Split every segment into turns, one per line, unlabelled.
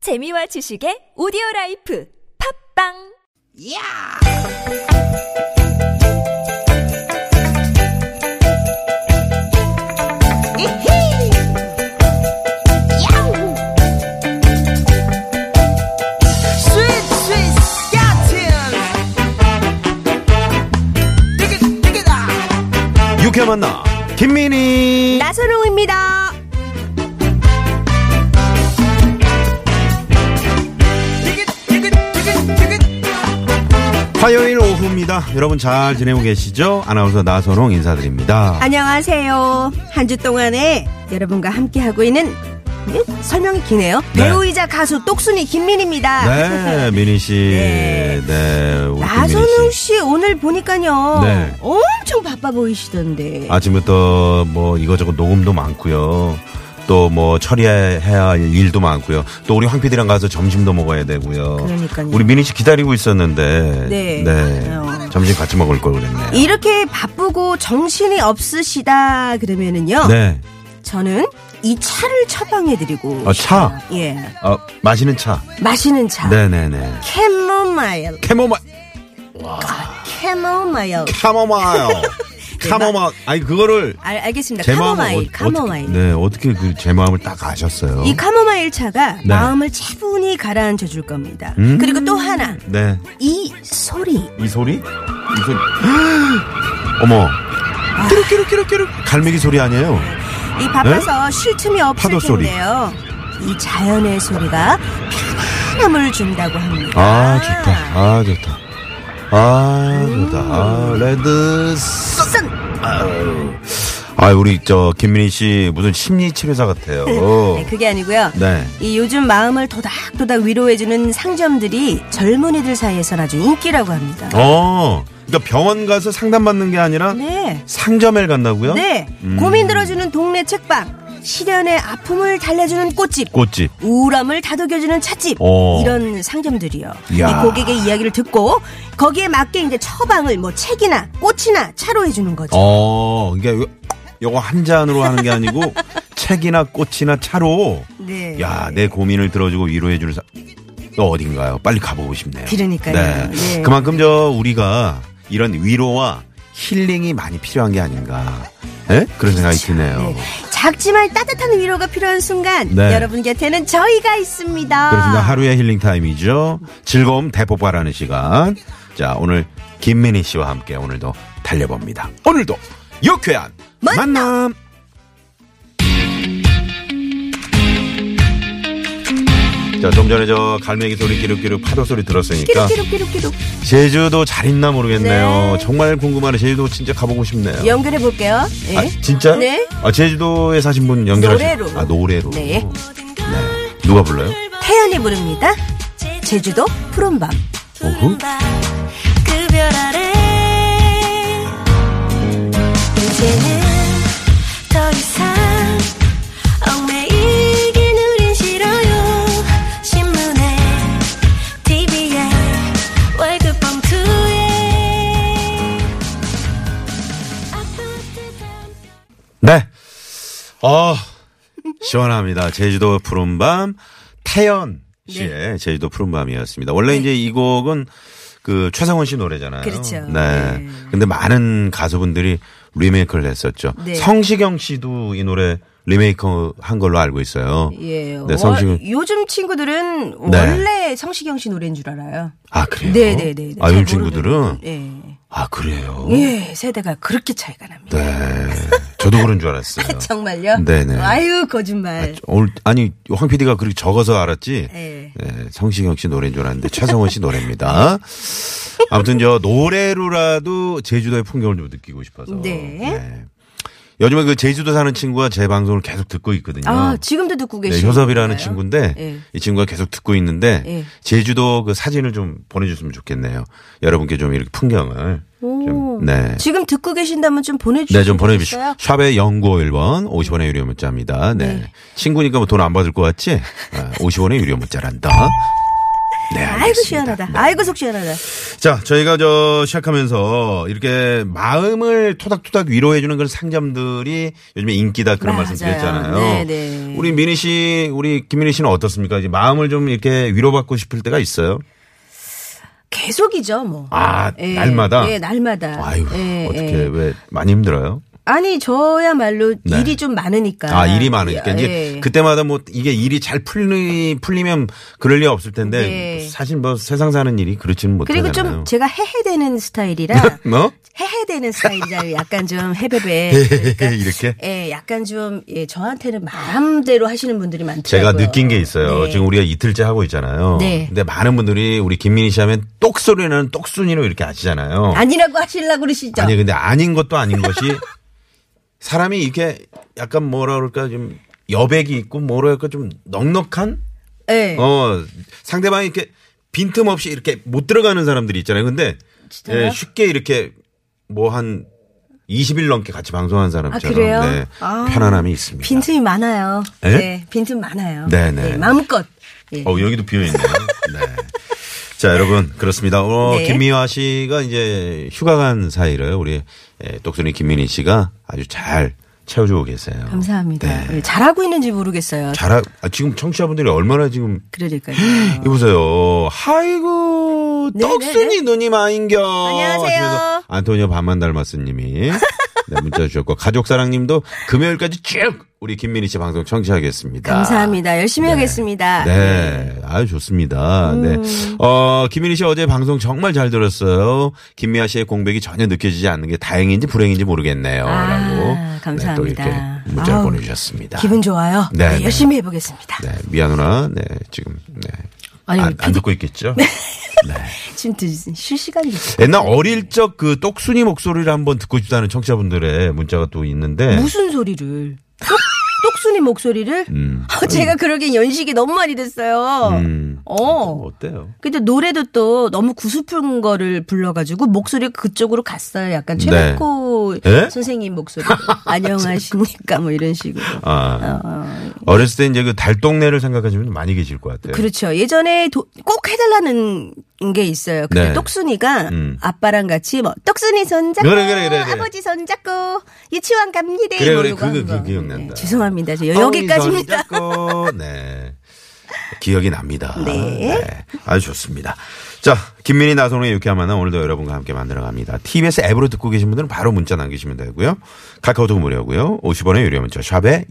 재미와 지식의 오디오 라이프 팝빵
야! 이히! 야우! 스윗 스윗 스캇틴! 띠깃 띠깃아!
유쾌 만나 김민희
나선홍입니다.
띠깃 띠깃 띠깃 띠깃!
화요일 오후입니다 여러분 잘 지내고 계시죠 아나운서 나선홍 인사드립니다
안녕하세요. 한 주 동안에 여러분과 함께하고 있는 음? 설명이 기네요.
네.
배우이자 가수 똑순이 김민입니다.
네 민희 씨네 우리
나선웅
김민희 씨
씨 오늘 보니까요.
네. 아.
엄청 바빠 보이시던데.
아침부터 뭐 이거저거 녹음도 많고요 또 뭐 처리해야 할 일도 많고요 또 우리 황 PD랑 가서 점심도 먹어야 되고요
그러니까요.
우리 민희 씨 기다리고 있었는데
네, 맞아요.
점심 같이 먹을 걸 그랬네요
이렇게 바쁘고 정신이 없으시다 그러면은요.
네
저는 이 차를 처방해드리고.
아, 차?
싶어요. 예.
어, 마시는 차
마시는 차.
네네네
캐모마일.
캐모마
캐모마일.
카모마요 카모마 아니 그거를
알, 알겠습니다.
제 마음을
네, 카모마일.
어-
카모마일.
어떻게, 네 어떻게 그 제 마음을 딱 아셨어요?
이 카모마일 차가
네. 음.
마음을 차분히 가라앉혀 줄 겁니다. 그리고 또 하나,
네이
이 소리.
소리 이 소리 어머
아.
끼룩끼룩끼룩끼룩 갈매기 소리 아니에요?
이 바빠서 쉴 틈이 없을
네? 파도 소리.
텐데요. 이 자연의 소리가 편안함을 준다고 합니다.
아 좋다 아 좋다 아 좋다 아 레드 썬 아유. 아 우리 저 김민희 씨 무슨 심리 치료사 같아요.
네, 그게 아니고요.
네.
이 요즘 마음을 도닥도닥 위로해주는 상점들이 젊은이들 사이에선 아주 인기라고 합니다.
어 그러니까 병원 가서 상담받는 게 아니라
네.
상점에 간다고요?
네.
음.
고민 들어주는 동네 책방. 시련의 아픔을 달래주는 꽃집.
꽃집.
우울함을 다독여주는 찻집
어.
이런 상점들이요.
이야.
이 고객의 이야기를 듣고 거기에 맞게 이제 처방을 뭐 책이나 꽃이나 차로 해주는 거죠.
어, 이게 요- 요거 한 잔으로 하는 게 아니고 책이나 꽃이나 차로
네.
야, 내 고민을 들어주고 위로해 주는 사... 또 어딘가요? 빨리 가보고 싶네요.
그러니까요.
네.
네.
그만큼 저 우리가 이런 위로와 힐링이 많이 필요한 게 아닌가. 예? 그런 생각이 드네요.
네. 작지만 따뜻한 위로가 필요한 순간
네.
여러분 곁에는 저희가 있습니다.
그렇습니다. 하루의 힐링 타임이죠. 즐거움 대폭발하는 시간. 자, 오늘 김민희 씨와 함께 오늘도 달려봅니다. 오늘도 유쾌한 만남. 자, 좀 전에 저 갈매기 소리 기룩기룩 파도 소리 들었으니까
끼룩끼룩끼룩끼룩
제주도 잘 있나 모르겠네요.
네.
정말 궁금하네. 제주도 진짜 가보고 싶네요.
연결해 볼게요. 네.
아, 진짜?
네.
아, 제주도에 사신 분 연결하신
노래로.
아, 노래로.
네.
네. 누가 불러요?
태연이 부릅니다. 제주도 푸른 밤.
어후.
그별 아래 이제는 더 이상 얽매이길 누린 싫어요 신문에 TV에 월급 봉투에
네. 어, 시원합니다. 제주도 푸른밤, 태연 씨의
네.
제주도 푸른밤이었습니다. 원래 이제 이 곡은 그 최상원 씨 노래잖아요.
그렇죠.
네.
네.
근데 많은 가수분들이 리메이크를 했었죠.
네.
성시경 씨도 이 노래 리메이크 한 걸로 알고 있어요.
예.
네, 성시경.
월- 요즘 친구들은
네.
원래 성시경 씨 노래인 줄 알아요.
아, 그래요?
네, 네, 네.
아, 요즘 친구들은?
예.
아, 그래요?
예, 세대가 그렇게 차이가 납니다.
네. 저도 그런 줄 알았어요.
아, 정말요?
네네.
아유, 거짓말.
오늘 아니 황 PD가 그렇게 적어서 알았지.
예.
예, 성시경 씨 노래인 줄 알았는데 최성원 씨 노래입니다. 아무튼 저 노래로라도 제주도의 풍경을 좀 느끼고 싶어서.
네.
요즘에 그 제주도 사는 친구가 제 방송을 계속 듣고 있거든요.
아, 지금도 듣고
네,
계시요
효섭이라는 친구인데
예.
이 친구가 계속 듣고 있는데
예.
제주도 그 사진을 좀 보내줬으면 좋겠네요. 여러분께 좀 이렇게 풍경을 좀 네.
음. 지금 듣고 계신다면 좀 보내주세요. 네.
네, 좀 보내주십시오. 샵의 영구 1번 50원의 유료 아, 문자입니다. 네. 친구니까 뭐 돈 안 받을 것 같지? 50원의 유료 문자란다. 네,
아이고
알겠습니다.
시원하다.
네.
아이고 속 시원하다.
자, 저희가 저 시작하면서 이렇게 마음을 토닥토닥 위로해주는 그런 상점들이 요즘에 인기다 그런 말씀
맞아요.
드렸잖아요.
네, 네.
우리 민희 씨, 우리 김민희 씨는 어떻습니까? 이제 마음을 좀 이렇게 위로받고 싶을 때가 있어요.
계속이죠 뭐.
아,
예,
날마다?
예, 날마다.
아유,
예,
어떻게
예.
왜 많이 힘들어요?
아니 저야말로
네.
일이 좀 많으니까.
아, 일이 많으니까 이제
예.
그때마다 뭐 이게 일이 잘 풀리 풀리면 그럴 리 없을 텐데
예.
사실 뭐 세상 사는 일이 그렇지는
그리고
못하잖아요.
좀 제가 해해되는 스타일이라
뭐?
해해되는 스타일이라 약간 좀 해배배. 그러니까
이렇게?
예, 약간 좀 예, 저한테는 마음대로 하시는 분들이 많더라고요.
제가 느낀 게 있어요.
네.
지금 우리가 이틀째 하고 있잖아요.
네.
근데 많은 분들이 우리 김민희 씨 하면 똑소리 나는 똑순이로 이렇게 아시잖아요.
아니라고 하시려고 그러시죠.
아니, 근데 아닌 것도 아닌 것이 사람이 이렇게 약간 뭐라 그럴까 좀 여백이 있고 뭐라 할까 좀 넉넉한
예.
어 상대방이 이렇게 빈틈없이 이렇게 못 들어가는 사람들이 있잖아요. 근데 예,
진짜요?
쉽게 이렇게 뭐 한 20일 넘게 같이 방송한 사람처럼
아, 그래요?
네,
아.
편안함이 있습니다.
빈틈이 많아요.
예?
네, 빈틈 많아요.
네, 네.
예, 마음껏. 예.
어 여기도 비어 있네요. 네. 자 여러분 그렇습니다. 어,
네.
김미화 씨가 이제 휴가 간 사이로요. 우리 예, 똑순이 김민희 씨가 아주 잘 채워주고 계세요.
감사합니다.
네.
예, 잘하고 있는지 모르겠어요.
잘 아, 지금 청취자분들이 얼마나 지금
그러니까요.
이보세요. 하이고
네,
떡순이 누님 아인겨.
안녕하세요.
하시면서 안토니오 반만 닮았으님이 네, 문자 주셨고 가족사랑님도 금요일까지 쭉 우리 김민희 씨 방송 청취하겠습니다.
감사합니다. 열심히 하겠습니다.
네, 아유 좋습니다. 네,
음.
어 김민희 씨 어제 방송 정말 잘 들었어요. 김미아 씨의 공백이 전혀 느껴지지 않는 게 다행인지 불행인지
아,
모르겠네요.라고 네, 또
감사합니다.
이렇게 문자 를
아우,
보내주셨습니다.
기분 좋아요.
네,
네,
네.
열심히 해보겠습니다.
네, 미아 누나, 네 지금 네.
아니,
안,
우리 네.
안 듣고 있겠죠?
지금 드- 실시간이 됐어요.
옛날 어릴 적 그 똑순이 목소리를 한번 듣고 싶다는 청취자분들의 문자가 또 있는데
무슨 소리를? 똑, 똑순이 목소리를?
음.
아, 제가 그러기엔 연식이 너무 많이 됐어요.
음.
어.
어때요?
근데 노래도 또 너무 구슬픈 거를 불러가지고 목소리가 그쪽으로 갔어요. 약간 최백호
네. 에?
선생님 목소리. 안녕하십니까 뭐 이런 식으로.
아
어,
어렸을 때 이제 그 달동네를 생각하시면 많이 계실 것 같아요.
그렇죠. 예전에 도- 꼭 해달라는 게 있어요. 근데
네.
똑순이가
음.
아빠랑 같이 뭐 똑순이 손잡고
그래, 그래, 그래, 그래.
아버지 손잡고 유치원 갑니다. 뭐
그래, 그래.
이러고 한
그거,
거. 네,
그거 기억난다.
죄송합니다. 저
어이,
여기까지입니다.
저기 자꾸. 네. 기억이 납니다.
네.
아주 좋습니다. 자, 김민희 나선호의 유쾌한 만남 오늘도 여러분과 함께 만들어 갑니다. TBS 앱으로 듣고 계신 분들은 바로 문자 남기시면 되고요. 카카오톡 무료고요. 50원의 유료 문자 샵에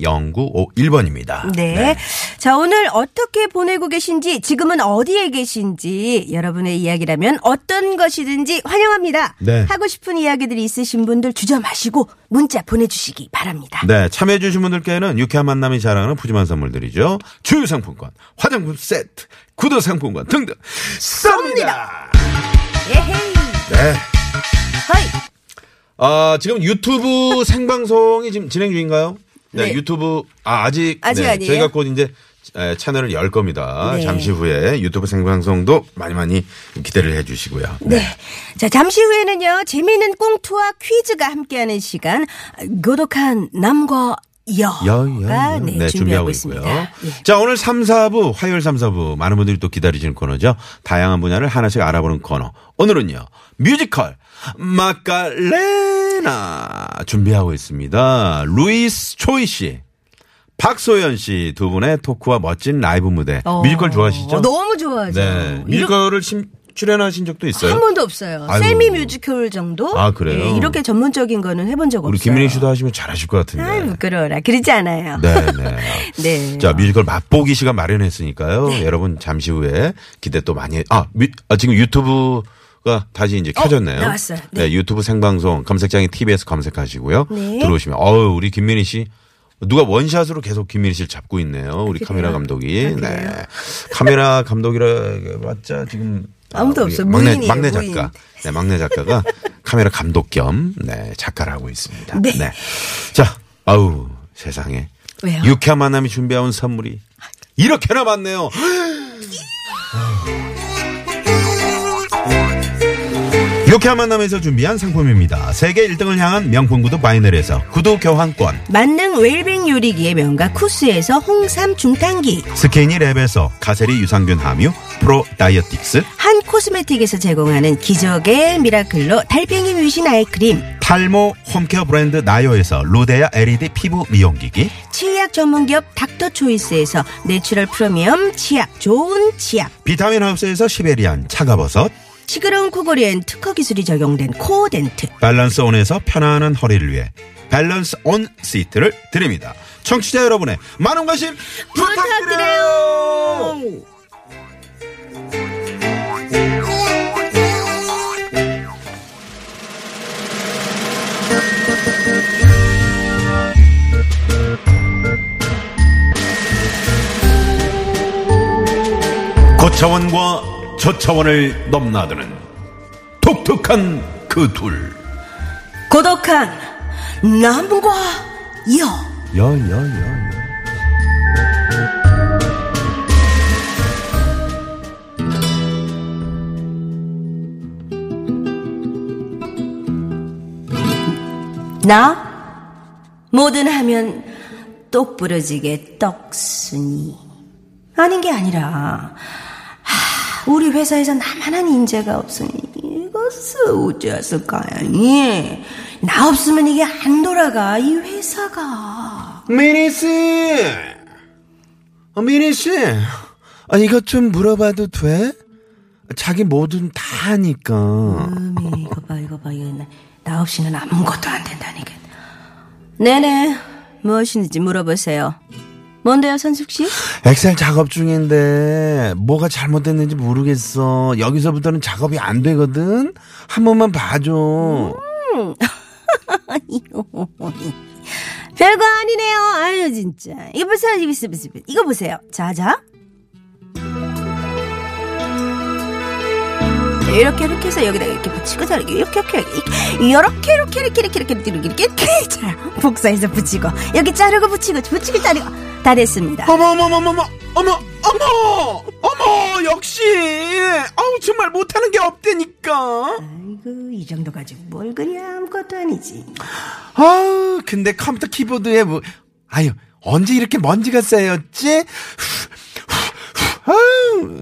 0951번입니다.
네. 자, 오늘 어떻게 보내고 계신지, 지금은 어디에 계신지, 여러분의 이야기라면 어떤 것이든지 환영합니다.
네.
하고 싶은 이야기들이 있으신 분들 주저 마시고 문자 보내주시기 바랍니다.
네, 참여해주신 분들께는 유쾌한 만남이 자랑하는 푸짐한 선물들이죠. 주유상품권, 화장품 세트, 구두상품권 등등 쏩니다!
예헤이.
네.
허이.
아, 지금 유튜브 생방송이 지금 진행 중인가요? 네,
네.
유튜브, 아, 아직.
아직
네,
아니에요?
저희가 곧 이제 에, 채널을 열 겁니다.
네.
잠시 후에 유튜브 생방송도 많이 많이 기대를 해 주시고요.
네. 자, 잠시 후에는요, 재미있는 꽁투와 퀴즈가 함께하는 시간, 고독한 남과 여가
여여.
네, 준비하고, 있습니다. 예.
자, 오늘 3, 4부, 화요일 3, 4부. 많은 분들이 또 기다리시는 코너죠. 다양한 분야를 하나씩 알아보는 코너. 오늘은요, 뮤지컬, 마카레나. 준비하고 있습니다. 루이스 초이 씨. 박소연 씨 두 분의 토크와 멋진 라이브 무대.
어.
뮤지컬 좋아하시죠?
어, 너무 좋아하죠.
네.
이렇게
뮤지컬을 심- 출연하신 적도 있어요.
한 번도 없어요.
아이고.
세미 뮤지컬 정도?
아, 그래요?
예, 이렇게 전문적인 거는 해본 적
우리
없어요.
김민희 씨도 하시면 잘하실 것 같은데.
아, 부끄러워라. 그러지 않아요.
네, 네.
네.
자, 뮤지컬 맛보기 시간 마련했으니까요. 여러분 잠시 후에 기대 또 많이 아, 뮤- 아, 지금 유튜브가 다시 이제 켜졌네요.
나왔어요.
네.
네.
유튜브 생방송 검색창에 TBS 검색하시고요.
네.
들어오시면 어우, 우리 김민희 씨 누가 원샷으로 계속 김민희 씨를 잡고 있네요. 우리 카메라
아,
감독이. 네. 카메라 감독이라 맞자 지금 아,
아무도
우리
없어요.
막내
무인이에요,
막내
무인.
작가. 네, 막내 작가가 카메라 감독 겸 네, 작가를 하고 있습니다.
네.
자, 아우, 세상에.
왜요?
유쾌한 만남이 준비해온 선물이 이렇게나 많네요.
아.
이렇게 한 만남에서 준비한 상품입니다. 세계 1등을 향한 명품 구두 바이넬에서 구두 교환권.
만능 웰빙 요리기의 명가 쿠스에서 홍삼 중탕기
스케니 랩에서 가세리 유산균 함유 프로 다이어틱스
한 코스메틱에서 제공하는 기적의 미라클로 달팽이 뮤신 아이크림
탈모 홈케어 브랜드 나요에서 로데아 LED 피부 미용기기
치약 전문기업 닥터초이스에서 내추럴 프로미엄 치약 좋은 치약
비타민 하우스에서 시베리안 차가버섯
시끄러운 코골이엔 특허 기술이 적용된 코어덴트
밸런스 온에서 편안한 허리를 위해 밸런스 온 시트를 드립니다. 청취자 여러분의 많은 관심 부탁드려요. 고차원과 저차원을 넘나드는 독특한 그 둘.
고독한 남과 여
여여여.
나? 뭐든 하면 똑부러지게 떡순이 아닌 게 아니라 하, 우리 회사에서 나만한 인재가 없으니 이것을 어찌했을까요? 나 없으면 이게 안 돌아가 이 회사가
미니 씨, 어, 미니 씨, 아, 이것 좀 물어봐도 돼? 자기 뭐든 다 하니까.
음이 이거 봐 이거 봐 이거 나, 나 없이는 아무것도 안 된다니까 네네 무엇인지 물어보세요 뭔데요 선숙 씨?
엑셀 작업 중인데 뭐가 잘못됐는지 모르겠어. 여기서부터는 작업이 안 되거든. 한 번만 봐줘.
별거 아니네요 아유 진짜 이거 보세요 이거 보세요 이거 보세요 자자 이렇게 이렇게 해서 여기다가 이렇게 붙이고 자 이렇게 이렇게 이렇게 이렇게 이렇게 이렇게 이렇게 이렇게 이렇게 이렇게 이렇게 자 복사해서 붙이고 여기 자르고 붙이고 붙이고 자르고 다 됐습니다
어머 어머 어머 어머 어머 어머 어머 역시 아우 정말 못하는 게 없다니까.
아이고 이 정도 가지고 뭘 그리 아무것도 아니지
아 근데 컴퓨터 키보드에 뭐 아유 언제 이렇게 먼지가 쌓였지? 아유,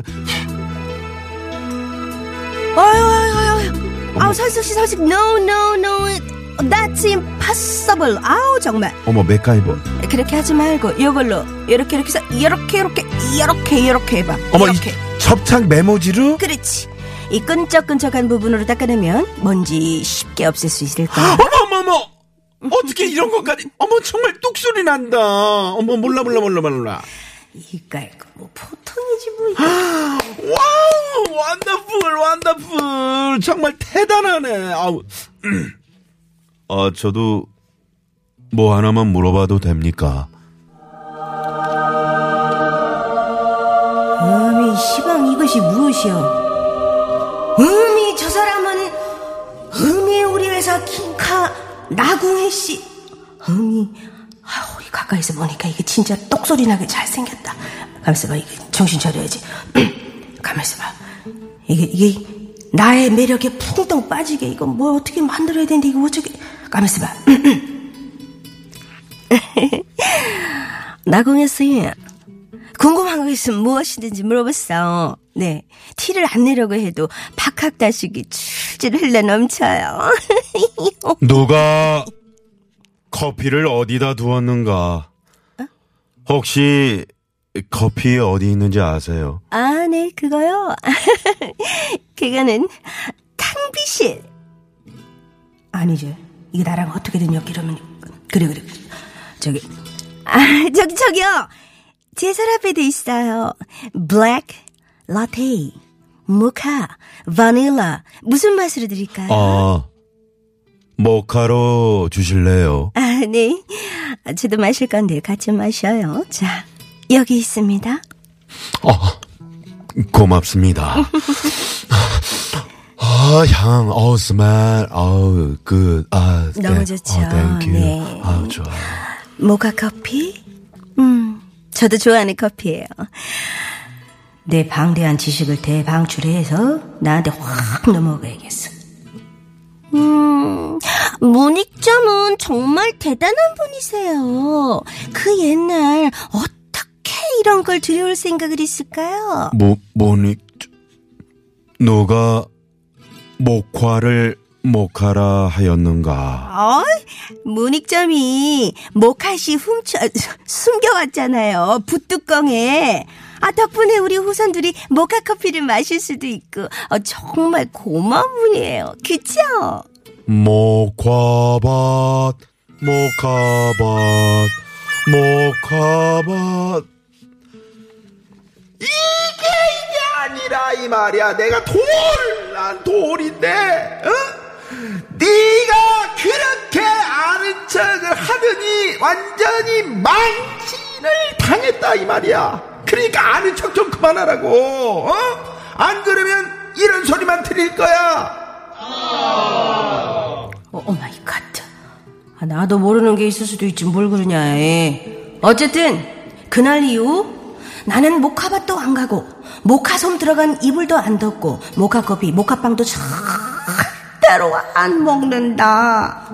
아유 아유 아유 아유 설석씨 설식 no no no that's impossible 아우 정말
어머 맥가이버.
그렇게 하지 말고 요걸로 요렇게 이렇게 해서 요렇게 요렇게 요렇게 요렇게 해봐
어머 이
요렇게.
접착 메모지로?
그렇지 이 끈적끈적한 부분으로 닦아내면 먼지 쉽게 없앨 수 있을 거야
어머 어머 어머 어떻게 이런 것까지 어머 정말 뚝소리 난다 어머 몰라 몰라 몰라 몰라
이거 이거 뭐 보통이지 뭐 이거
와우 완다풀 완다풀 정말 대단하네 아우 아 저도 뭐 하나만 물어봐도 됩니까
음이 시방 이것이 무엇이여 음이 저 사람은 음이 우리 회사 킹카 나궁혜 씨 음이 아우 이 가까이서 보니까 이게 진짜 똑소리 나게 잘생겼다 가만있어 봐 이게 정신 차려야지 가만있어 봐 이게 이게 나의 매력에 풍덩 빠지게 이거 뭐 어떻게 만들어야 되는데 이거 어떻게 가만있어 봐 나궁혜 씨 궁금한 거 있으면 무엇이든지 물어봤어. 네. 티를 안 내려고 해도 박학다식이 줄줄 흘러 넘쳐요.
누가 커피를 어디다 두었는가 혹시 커피 어디 있는지 아세요
아, 네, 그거요. 그거는 탕비실. 아니지. 이게 나랑 어떻게든 엮이려면. 그래, 그래. 저기. 아, 저기, 저기요. 제 서랍에도 있어요. 블랙, 라테, 모카, 바닐라. 무슨 맛으로 드릴까요?
아 모카로 주실래요
아, 네. 아, 저도 마실 건데 같이 마셔요. 자, 여기 있습니다.
아, 고맙습니다. 아, 향, 어우, 스멜, 어우, 굿, 아,
너무 좋죠.
땡큐.
네.
아, 좋아.
모카 커피? 음, 저도 좋아하는 커피예요. 내 방대한 지식을 대방출해서 나한테 확 넘어가야겠어. 음, 문익점은 정말 대단한 분이세요. 그 옛날 어떻게 이런 걸 들여올 생각을 했을까요?
뭐,
모, 모닉, 너가 목화를 목하라 하였는가?
어? 문익점이 모카시 훔쳐 아, 숨겨왔잖아요. 붓뚜껑에. 아 덕분에 우리 후손들이 모카 커피를 마실 수도 있고 어, 정말 고마운 분이에요. 그쵸?
목화밭, 목화밭, 목화밭.
아니라 이 말이야 내가 돌! 난 돌인데 어? 네가 그렇게 아는 척을 하더니 완전히 망신을 당했다 이 말이야 그러니까 아는 척 좀 그만하라고 어? 안 그러면 이런 소리만 들릴 거야
어, 오 마이 갓. 아, 나도 모르는 게 있을 수도 있지 뭘 그러냐. 에. 어쨌든 그날 이후 나는 모카밭도 안 가고 모카솜 들어간 이불도 안 덮고 모카커피 모카빵도 절대로 안 먹는다.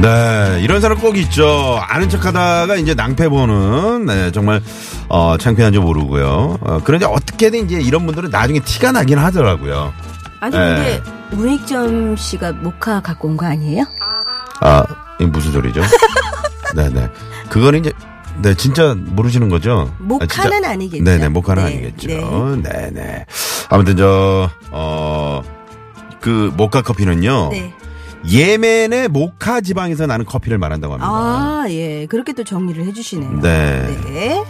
네 이런 사람 꼭 있죠 아는 척하다가 이제 낭패 보는 네, 정말 어, 창피한 줄 모르고요 어, 그런데 어떻게든 이제 이런 분들은 나중에 티가 나긴 하더라고요
아니
근데
문익점 씨가 모카 갖고 온 거 아니에요?
아, 이게 무슨 소리죠? 네네. 그거는 이제, 네, 진짜 모르시는 거죠?
모카는
아, 진짜-
아니겠죠?
네네, 모카는
네,
아니겠죠. 네. 네 아무튼 저, 어, 그, 모카 커피는요.
네.
예멘의 모카 지방에서 나는 커피를 말한다고 합니다.
아, 예. 그렇게 또 정리를 해주시네요.
네.
네.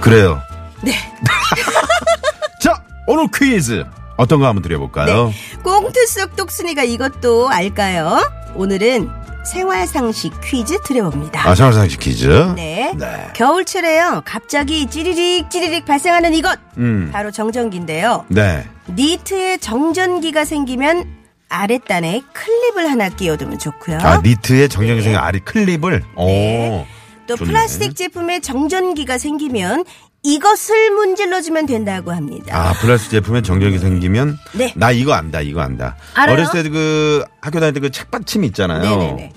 그래요. 네. 자, 오늘 퀴즈. 어떤 거 한번
네.
드려볼까요?
꽁트 속 똑순이가 이것도 알까요? 오늘은 생활상식 퀴즈 드려봅니다.
아, 생활상식 퀴즈.
네.
네.
겨울철에요. 갑자기 찌리릭 찌리릭 발생하는 이것.
음.
바로 정전기인데요.
네.
니트에 정전기가 생기면 아랫단에 클립을 하나 끼워두면 좋고요.
아, 니트의 정정성 아리 클립을.
어? 네.
오.
또
좋네.
플라스틱 제품에 정전기가 생기면 이것을 문질러주면 된다고 합니다.
아, 플라스 제품에 정적이 생기면
네.
나 이거 안다. 이거 안다.
알아요?
어렸을 때 그 학교 다닐 때 그 책받침 있잖아요.
네네네.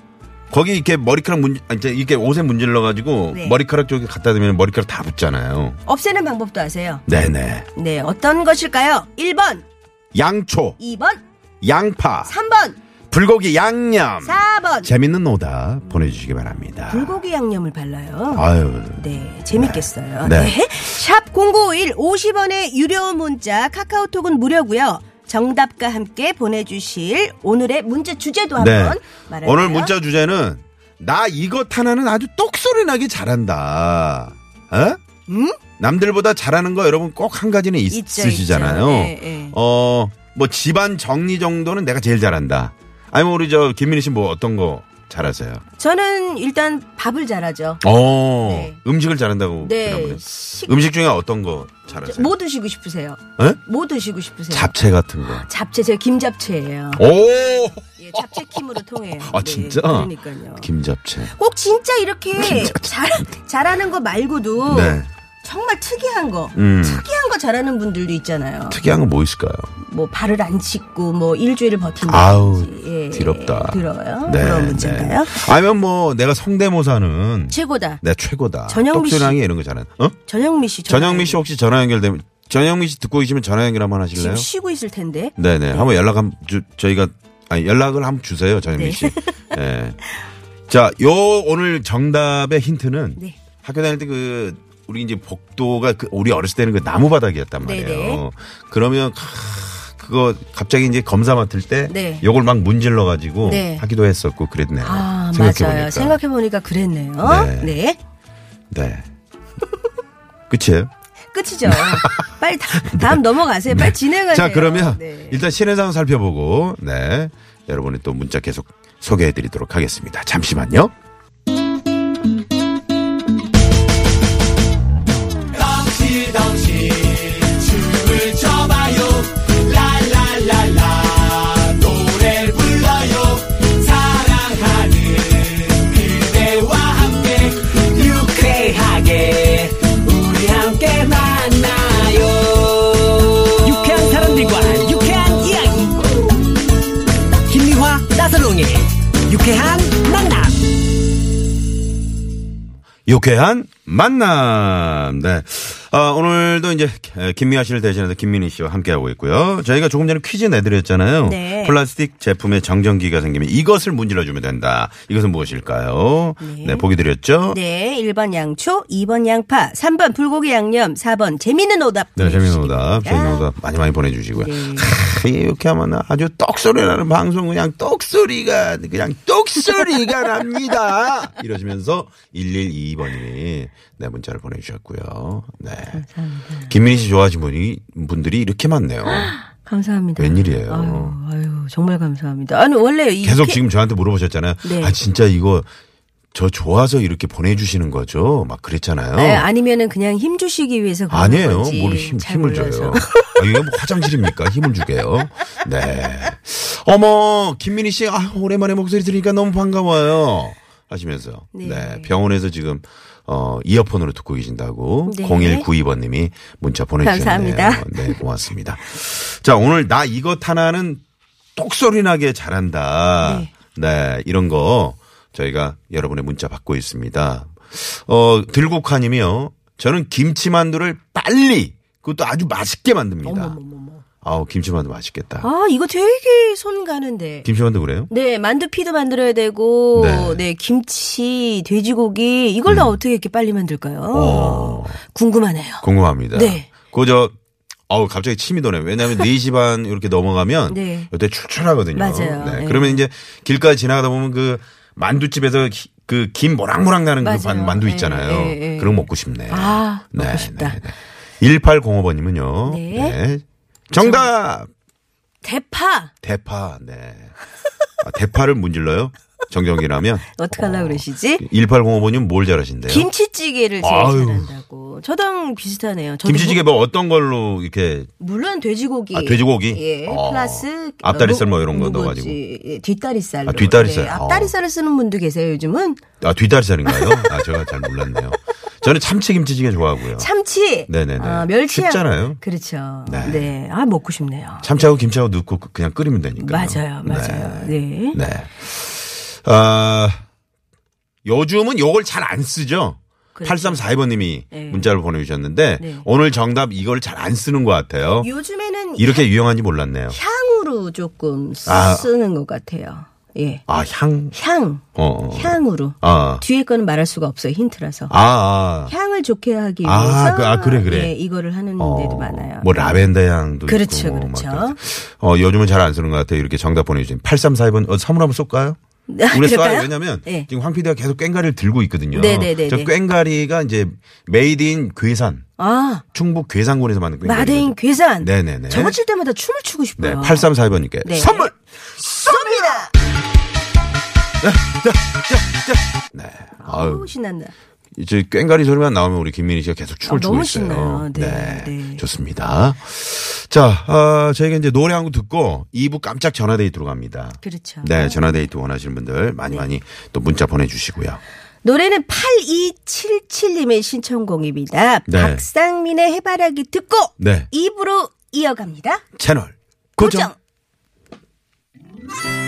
거기 이렇게 머리카락 문 아니, 이제 이렇게 옷에 문질러 가지고
네.
머리카락 쪽에 갖다 대면 머리카락 다 붙잖아요.
없애는 방법도 아세요?
네, 네.
네, 어떤 것일까요? 1번,
양초,
2번,
양파,
3번,
불고기 양념.
4번.
재밌는 오답 보내 주시기 바랍니다.
불고기 양념을 발라요.
아유.
네, 재밌겠어요.
네.
네. 샵 0951, 50원의 유료 문자, 카카오톡은 무료고요 정답과 함께 보내주실 오늘의 문자 주제도
네.
한번 말할까요?
오늘 문자 주제는 나 이것 하나는 아주 똑소리 나게 잘한다. 어?
음?
남들보다 잘하는 거 여러분 꼭 한 가지는 있,
있죠,
으시잖아요
있죠. 예, 예.
어, 뭐 집안 정리 정도는 내가 제일 잘한다. 아니면 우리 저 김민희 씨 뭐 어떤 거 잘하세요?
저는 일단 밥을 잘하죠.
어,
네.
음식을 잘한다고.
네,
지난번에.
식,
음식 중에 어떤 거 잘하세요?
뭐 드시고 싶으세요?
예?
뭐 드시고 싶으세요?
잡채 같은 거.
잡채, 제가 김잡채예요.
오!
예, 잡채킴으로 통해요.
아, 진짜?
네, 그러니까요.
김잡채.
꼭 진짜 이렇게 잘, 잘하는 거 말고도
네.
정말 특이한 거,
음.
특이한 거 잘하는 분들도 있잖아요.
특이한 거 뭐 있을까요?
뭐 발을 안 씻고 뭐 일주일을 버틴다.
아우, 더럽다.
들어요. 그런 문제인가요?
네. 아니면 뭐 내가 성대모사는
최고다.
내 최고다.
전영미 씨.
똑소리랑이 이런 거 잘하는. 어?
전영미 씨. 전화
전영미 씨 혹시 전화 연결되면 전영미 씨 듣고 계시면 전화 연결 한번
지금
하실래요?
쉬고 있을 텐데.
네네. 한번 연락 한 주, 저희가 아니 연락을 한번 주세요, 전현미 씨.
네.
예. 자, 요 오늘 정답의 힌트는
네.
학교 다닐 때 그 우리 이제 복도가 그 우리 어렸을 때는 그 나무 바닥이었단 말이에요.
네네.
그러면 캬, 그거 갑자기 이제 검사 맡을 때
네.
요걸 막 문질러 가지고
네.
하기도 했었고 그랬네요.
아
생각해보니까.
맞아요. 생각해 보니까 그랬네요.
네.
네.
네. 끝이에요.
끝이죠. 빨리 다, 음 넘어가세요. 빨리 진행하세요.
네. 자, 그러면
네.
일단 시내 상황 살펴보고 네. 여러분의 또 문자 계속 소개해 드리도록 하겠습니다. 잠시만요.
유쾌한 사람들과
유쾌한 만남. 네. 아, 오늘도 이제 김미아 씨를 대신해서 김민희 씨와 함께하고 있고요. 저희가 조금 전에 퀴즈 내드렸잖아요.
네.
플라스틱 제품에 정전기가 생기면 이것을 문질러주면 된다. 이것은 무엇일까요? 네, 보기 드렸죠?
네, 1번 양초, 2번 양파, 3번 불고기 양념, 4번 재밌는 오답.
네, 재밌는 오답,
보내주시기
재밌는
바랍니다. 네.
오답 많이 많이 보내주시고요. 캬, 이렇게 하면 아주 떡소리 나는 방송 그냥 떡소리가 그냥 떡소리가 납니다. 이러시면서 112번님이 네 문자를 보내주셨고요. 네, 김민희 씨 좋아하시는 분이 분들이 이렇게 많네요.
감사합니다.
웬일이에요.
아유, 아유, 정말 감사합니다. 아니, 원래 이 그,
계속
퀴-
지금 저한테 물어보셨잖아요.
네.
아 진짜 이거 저 좋아서 이렇게 보내주시는 거죠? 막 그랬잖아요.
네, 아니면은 그냥 힘 주시기 위해서 그런
아니에요.
건지
뭘 힘,
잘
힘을
몰라서.
줘요. 아, 이게 뭐 화장실입니까? 힘을 주게요. 네. 어머, 김민희 씨, 아, 오랜만에 목소리 들으니까 너무 반가워요. 하시면서. 네.
네.
병원에서 지금, 어, 이어폰으로 듣고 계신다고.
네.
0192번님이 문자 보내주셨네요.
감사합니다.
네, 고맙습니다. 자, 오늘 나 이것 하나는 똑소리 나게 잘한다. 네. 이런 거 저희가 여러분의 문자 받고 있습니다. 어, 들국화님이요. 저는 김치만두를 빨리 그것도 아주 맛있게 만듭니다. 아우 김치만두 맛있겠다.
아, 이거 되게 손 가는데.
김치만두 그래요?
네, 만두피도 만들어야 되고,
네. 음.
네, 김치, 돼지고기, 이걸 다 어떻게 이렇게 빨리 만들까요?
어.
궁금하네요.
궁금합니다.
네.
그저 아우 갑자기 침이 도네. 왜냐하면 4시 반 이렇게 넘어가면
네.
이때 출출하거든요.
맞아요.
네.
네.
그러면 이제 길가에 지나가다 보면 그 만두집에서 그 김 모락모락 나는 그
맞아요.
반- 만두 있잖아요.
네, 네, 네.
그런 거 먹고 싶네. 네,
아, 먹고 싶다.
1805번님은요.
네.
정답!
대파!
대파, 네. 아, 대파를 문질러요? 정경이라면?
어떡하려고 그러시지?
1805번님 뭘 잘하신대요?
김치찌개를 제일
아유.
잘한다고. 저랑 비슷하네요. 저도
김치찌개 뭐 어떤 걸로 이렇게
물론 돼지고기.
아, 돼지고기?
예.
어.
플러스
앞다리살
어,
뭐 이런 거
무거지.
넣어가지고.
예, 뒷다리살.
아, 뒷다리살.
네,
어.
앞다리살을 쓰는 분도 계세요, 요즘은.
아 뒷다리살인가요? 아 제가 잘 몰랐네요. 저는 참치 김치찌개 좋아하고요.
참치.
네네네.
아, 멸치.
쉽잖아요.
그렇죠.
네.
네. 아, 먹고 싶네요.
참치하고 김치하고 넣고 그- 그냥 끓이면 되니까.
맞아요. 맞아요. 네.
네. 아 요즘은 요걸 잘 안 쓰죠.
그렇죠.
8342번님이
네.
문자를 보내주셨는데
네.
오늘 정답 이걸 잘 안 쓰는 것 같아요.
요즘에는
이렇게 유용한지 몰랐네요.
향으로 조금 쓰-
아.
쓰는 것 같아요. 예.
아 향.
향.
어, 어.
향으로.
아.
뒤에 거는 말할 수가 없어요. 힌트라서.
아, 아.
향을 좋게 하기
아,
위해서
그- 아, 그래, 그래.
예, 이거를 하는 데도 많아요.
뭐 라벤더 향도
그렇죠,
있고 뭐
그렇죠.
막 그런- 어, 요즘은 잘 안 쓰는 것 같아요. 이렇게 정답 보내주신 8342번 어, 선물 한번 쏠까요?
네,
우리
그럴까요?
쏴요. 왜냐면
네.
지금 황 PD가 계속 꽹가리를 들고 있거든요.
네, 네, 네,
저
네.
꽹가리가 이제 메이드 인 괴산
아,
충북 괴산군에서 만든 꽹가리.
마대인 괴산.
네, 네, 네.
저거 칠 때마다 춤을 추고
네,
싶어요.
8342번님께
네.
선물
쏩니다.
네. 아유,
아우 신난다.
이제 꽹가리 소리만 나오면 우리 김민희 씨가 계속 춤을
아,
추고
너무
있어요.
신나요. 네, 네.
좋습니다. 자, 아, 저희가 이제 노래 한 곡 듣고 2부 깜짝 전화 데이트로 갑니다.
그렇죠. 네.
네, 전화 데이트 원하시는 분들 많이 많이 또 문자 보내주시고요.
노래는 8277님의 신청곡입니다.
네.
박상민의 해바라기 듣고
네.
입으로 이어갑니다.
채널
고정.
고정.